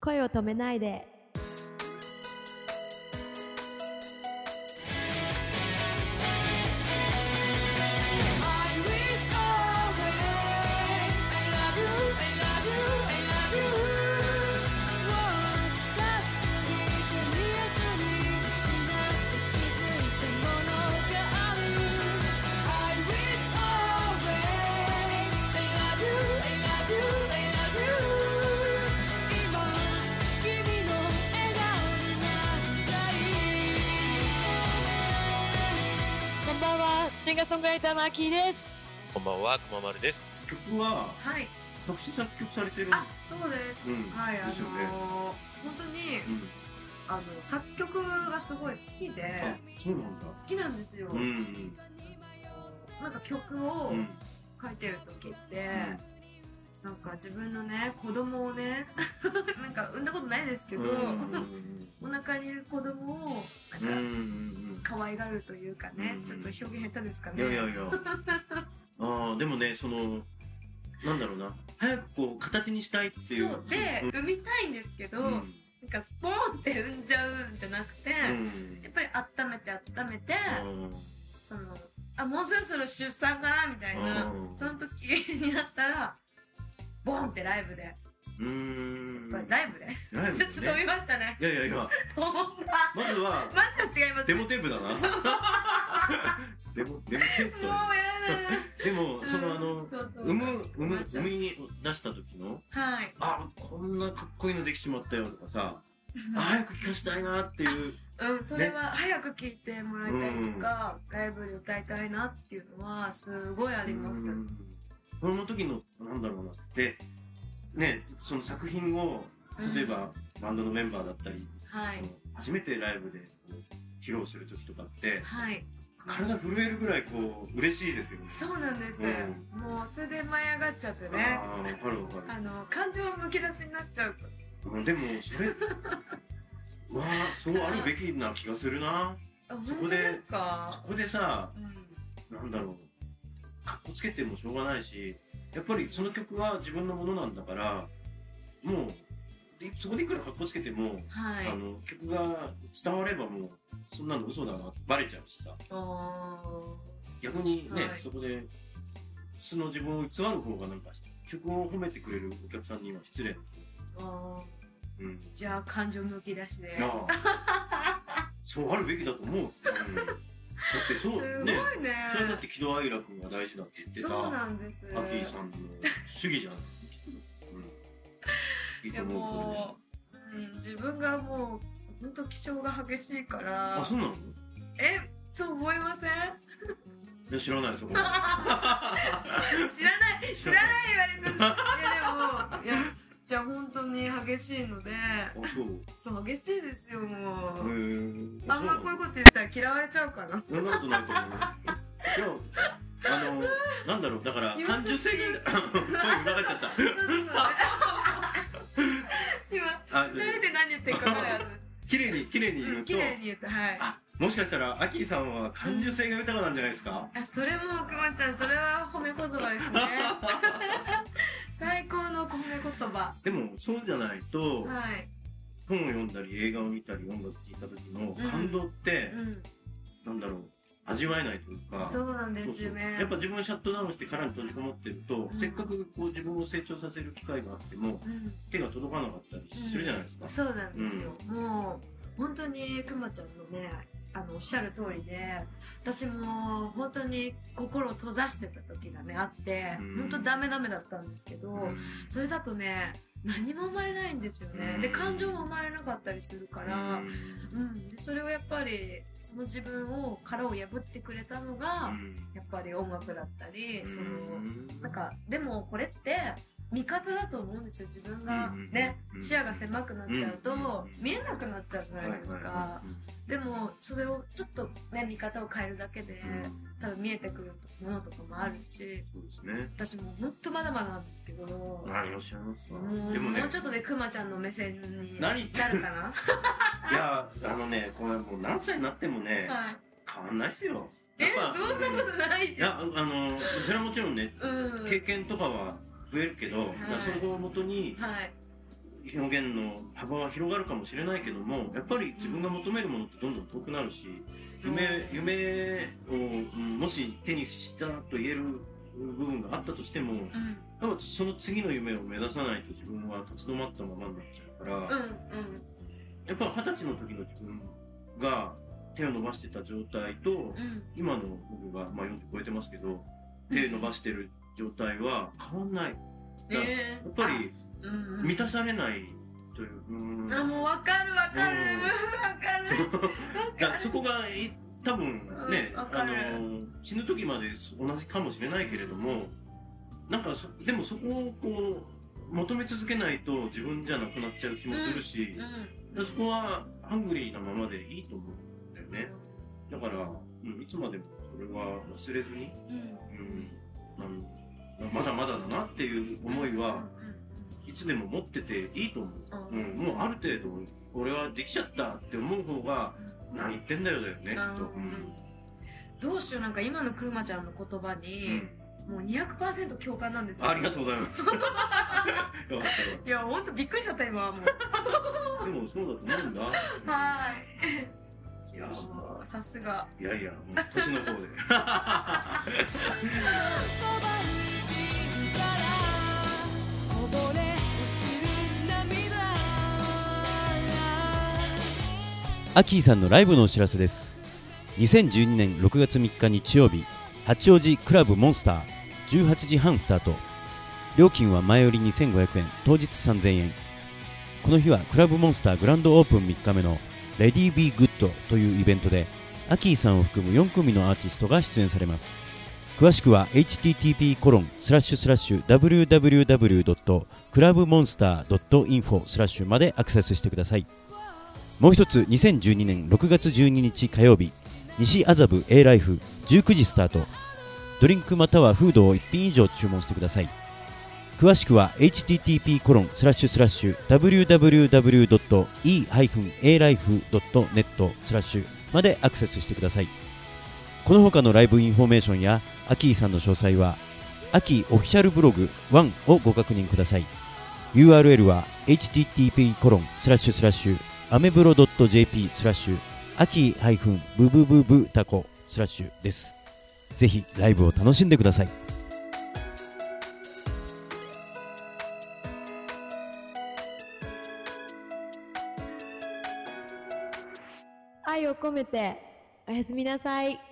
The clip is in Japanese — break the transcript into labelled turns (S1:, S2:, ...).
S1: 声を止めないで。
S2: Iris orange. I love you, I love you, I love you. もう近すぎて見えずに失って気づいたものがある。Iris orange. I love you, I love you, I love you. 今君の笑顔になりたい。こんばんは、シンガーソングライターのアキーです。
S3: こんばんは、くままるです。
S4: 曲は
S5: はい、
S4: 作詞作曲されてる
S5: あ、そうです。
S4: うん
S5: はい、あの
S4: ですよね
S5: ー本当に
S4: うん
S5: あの作曲がすごい好きで
S4: あそうなんだ
S5: 好きなんですよ。
S4: うん
S5: なんか曲を
S4: うん
S5: 書いてる時って、なんか自分のね子供をね なんか産んだことないですけど、
S4: うんうん
S5: お腹にいる子供を
S4: うんうん
S5: なんか
S4: うん
S5: 可愛がるというかね、
S4: うん
S5: ちょっと表現下手ですか
S4: うんい
S5: ね。
S4: やいやいや あーでもねそのなんだろうな早くこう形にしたいっていう
S5: そうで、産みたいんですけど、
S4: うんうん
S5: なんかスポーンって産んじゃうんじゃなくて、やっぱり温めて温めて、
S4: うん
S5: そのあもうそろそろ出産かなみたいな
S4: うん
S5: その時になったらボンってライブで、
S4: うーん
S5: これライブで、
S4: ライブ
S5: ちょっと飛
S4: ね
S5: びましたね
S4: いやいやいや
S5: 飛んだ
S4: まずは
S5: まずは違います
S4: デ
S5: も
S4: モテープだ なデモデモテープ
S5: うや
S4: だねでも
S5: だ
S4: そのあ
S5: う
S4: の
S5: んそうそう
S4: 産む産む
S5: 困っち
S4: 産
S5: ゃう
S4: みに出した時の
S5: はい
S4: あ、こんなかっこいいのできちまったよとかさ、 あ早く聞かしたいなっていう、
S5: うん、それは早く聴いてもらいたいとか、ライブで歌いたいなっていうのはすごいあります、
S4: うんその時の、なんだろうな、で、ね、その作品を、例えば、バンドのメンバーだったり、
S5: はい
S4: その初めてライブでこう披露する時とかって、
S5: はい
S4: 体震えるぐらいこう、嬉しいですよね。
S5: そうなんです、
S4: うん
S5: もうそれで舞い上がっちゃって
S4: あ
S5: ね
S4: あ、わかるわか
S5: あの感情むき出しになっちゃう
S4: る。うんでも、それ、 わあ、そうあるべきな気がするな。
S5: あ
S4: そ
S5: 本
S4: こ
S5: 当
S4: で
S5: ですか
S4: そこでさ、
S5: うん
S4: なんだろう、かっこつけてもしょうがないし、やっぱりその曲は自分のものなんだから、もう、でそこでいくらかっこつけても、
S5: はい
S4: あの、曲が伝わればもう、そんなの嘘だな、バレちゃうしさ。
S5: お
S4: 逆にね、
S5: はい
S4: そこで、素の自分を偽る方がなんか、曲を褒めてくれるお客さんには失礼な気が
S5: ーお
S4: する。うん。
S5: ーじゃあ感情むき出しで
S4: いやー そうあるべきだと思う。うん、だってそ
S5: す
S4: う、
S5: ごい
S4: ね
S5: ね。
S4: それだって喜怒哀楽が大事だって言ってた。
S5: そうなんです
S4: アキーさんの主義じゃないですか、きっと。うん。いい
S5: い
S4: と
S5: や
S4: 思う、それで
S5: も。う、うん、自分がもう本当気性が激しいから
S4: あ、そうなの
S5: えそう思い ません
S4: いや、知らない、 そこは。
S5: 知らない知らない言われちゃったいやでもいやじゃあ本当に激しいので
S4: あ、そう。
S5: そう激しいですよも
S4: へ
S5: う
S4: ー
S5: あんまこうい
S4: そ
S5: うこ
S4: う
S5: と言ったら嫌われちゃ うかな
S4: なのそんなことないと思う。いや、あの、なんだろう、だから、
S5: 今
S4: 感受性 が、声裏返っちゃっ
S5: そうそうそう 今
S4: た。あ、
S5: 誰で何言ってるか分からない
S4: 綺麗に、綺麗に言
S5: う
S4: う
S5: ん
S4: と
S5: 綺、麗に言うとはい
S4: あ、もしかしたら、アキーさんは感受性が豊かなんじゃないですか
S5: あそれもくまちゃんそれは褒め言葉で すね最高の褒め言葉
S4: でも、そうじゃないと、
S5: はい
S4: 本を読んだり、映画を見たり、音楽聴いた時の感動って、
S5: うん
S4: なんだろう、味わえないというか、
S5: そうなんで
S4: そう
S5: す
S4: そう
S5: よね
S4: やっぱ自分をシャットダウンして殻に閉じこもってると、
S5: うん
S4: せっかくこう自分を成長させる機会があっても、
S5: うん
S4: 手が届かなかったりするじゃないですか。
S5: そうなんですよ、もう本当にくまちゃんのねあのおっしゃる通りで私も本当に心を閉ざしてた時がねあって、
S4: うん
S5: 本当ダメダメだったんですけど、
S4: うん
S5: それだとね何も生まれないんですよね、で
S4: うん
S5: 感情も生まれなかったりするから、
S4: うん
S5: うん、でそれをやっぱりその自分を殻を破ってくれたのが、やっぱり音楽だったり、そのなん、かでもこれって味方だと思うんですよ自分が
S4: うん
S5: ね、
S4: うん
S5: 視野が狭くなっちゃうと、
S4: うん
S5: 見えなくなっちゃうじゃないですか、でもそれをちょっとね見方を変えるだけで、
S4: うん
S5: 多分見えてくるものとかもあるし
S4: そうですね。
S5: 私も本当まだまだなんですけど。
S4: 何をおっしゃいますか
S5: もう
S4: でもね
S5: もう、ちょっとでクマちゃんの目線にな
S4: 何
S5: る
S4: 言って
S5: かな
S4: いや、あのね、これもう何歳になってもね、
S5: はい
S4: 変わんないっすよ。
S5: え
S4: やっぱ
S5: そんなことない
S4: いや、あの、それはもちろんね、
S5: うん
S4: 経験とかは増えるけど、
S5: い
S4: だからそれをもとに、
S5: はい
S4: 表現の幅は広がるかもしれないけども、やっぱり自分が求めるものってどんどん遠くなるし、夢、夢を、うんもし手にしたと言える部分があったとしても、
S5: うん
S4: やっぱその次の夢を目指さないと自分は立ち止まったままになっちゃうから、
S5: うん
S4: やっぱ二十歳の時の自分が手を伸ばしてた状態と、
S5: うんうん
S4: 今の僕が、まあ、40超えてますけど、手伸ばしてる状態は変わんない。
S5: え
S4: やっぱり
S5: ーうんうん
S4: 満たされないという。うん
S5: あもうわかるわか
S4: う
S5: る
S4: ん
S5: わかる
S4: だからそこがい多分ね、
S5: うんわ
S4: あ
S5: かる
S4: の死ぬ時まで同じかもしれないけれどもなんかそでもそこをこう求め続けないと自分じゃなくなっちゃう気もするし、だからそこはハングリーなままでいいと思うんだよねだから、うん、いつまでもそれは忘れずに、
S5: うんうん
S4: うん、あのまだまだだなっていう思いはいつでも持ってていいと思う。
S5: う
S4: う
S5: んう
S4: んん、もうある程度俺はできちゃったって思う方が何言ってんだよだよねきっ
S5: なるほ
S4: と
S5: ど
S4: うん
S5: どうしようなんか今のくまちゃんの言葉
S4: う
S5: に
S4: ん、
S5: もう200%共感なんですよ
S4: ありがとうございます よかったよか
S5: いやほんとびっくりしちゃった今はもう
S4: ったでもそうだと 思うんだ
S5: はーい
S4: い
S5: いやもうさすが
S4: いやいやもう年の方で
S2: 「そばにいるからこぼれ落ちる涙」
S1: アキーさんのライブのお知らせです2012年6月3日日曜日八王子クラブモンスター18時半スタート料金は前売り2500円当日3000円この日はクラブモンスターグランドオープン3日目の「レディー・ビー・グッド」というイベントでアキーさんを含む4組のアーティストが出演されます詳しくは http コロンスラッシュスラッシュ www.clubmonster.info スラッシュまでアクセスしてくださいもう一つ2012年6月12日火曜日西麻布 A ライフ19時スタートドリンクまたはフードを1品以上注文してください詳しくは http コロンスラッシュスラッシュ www.e-alife.net スラッシュまでアクセスしてくださいこの他のライブインフォメーションやアキーさんの詳細はアキーオフィシャルブログ1をご確認ください URL は http コロンスラッシュスラッシュアメブロ .jp スラッシュ秋ハイフンブブブブタコスラッシュですぜひライブを楽しんでください
S3: 愛を込めておやすみなさい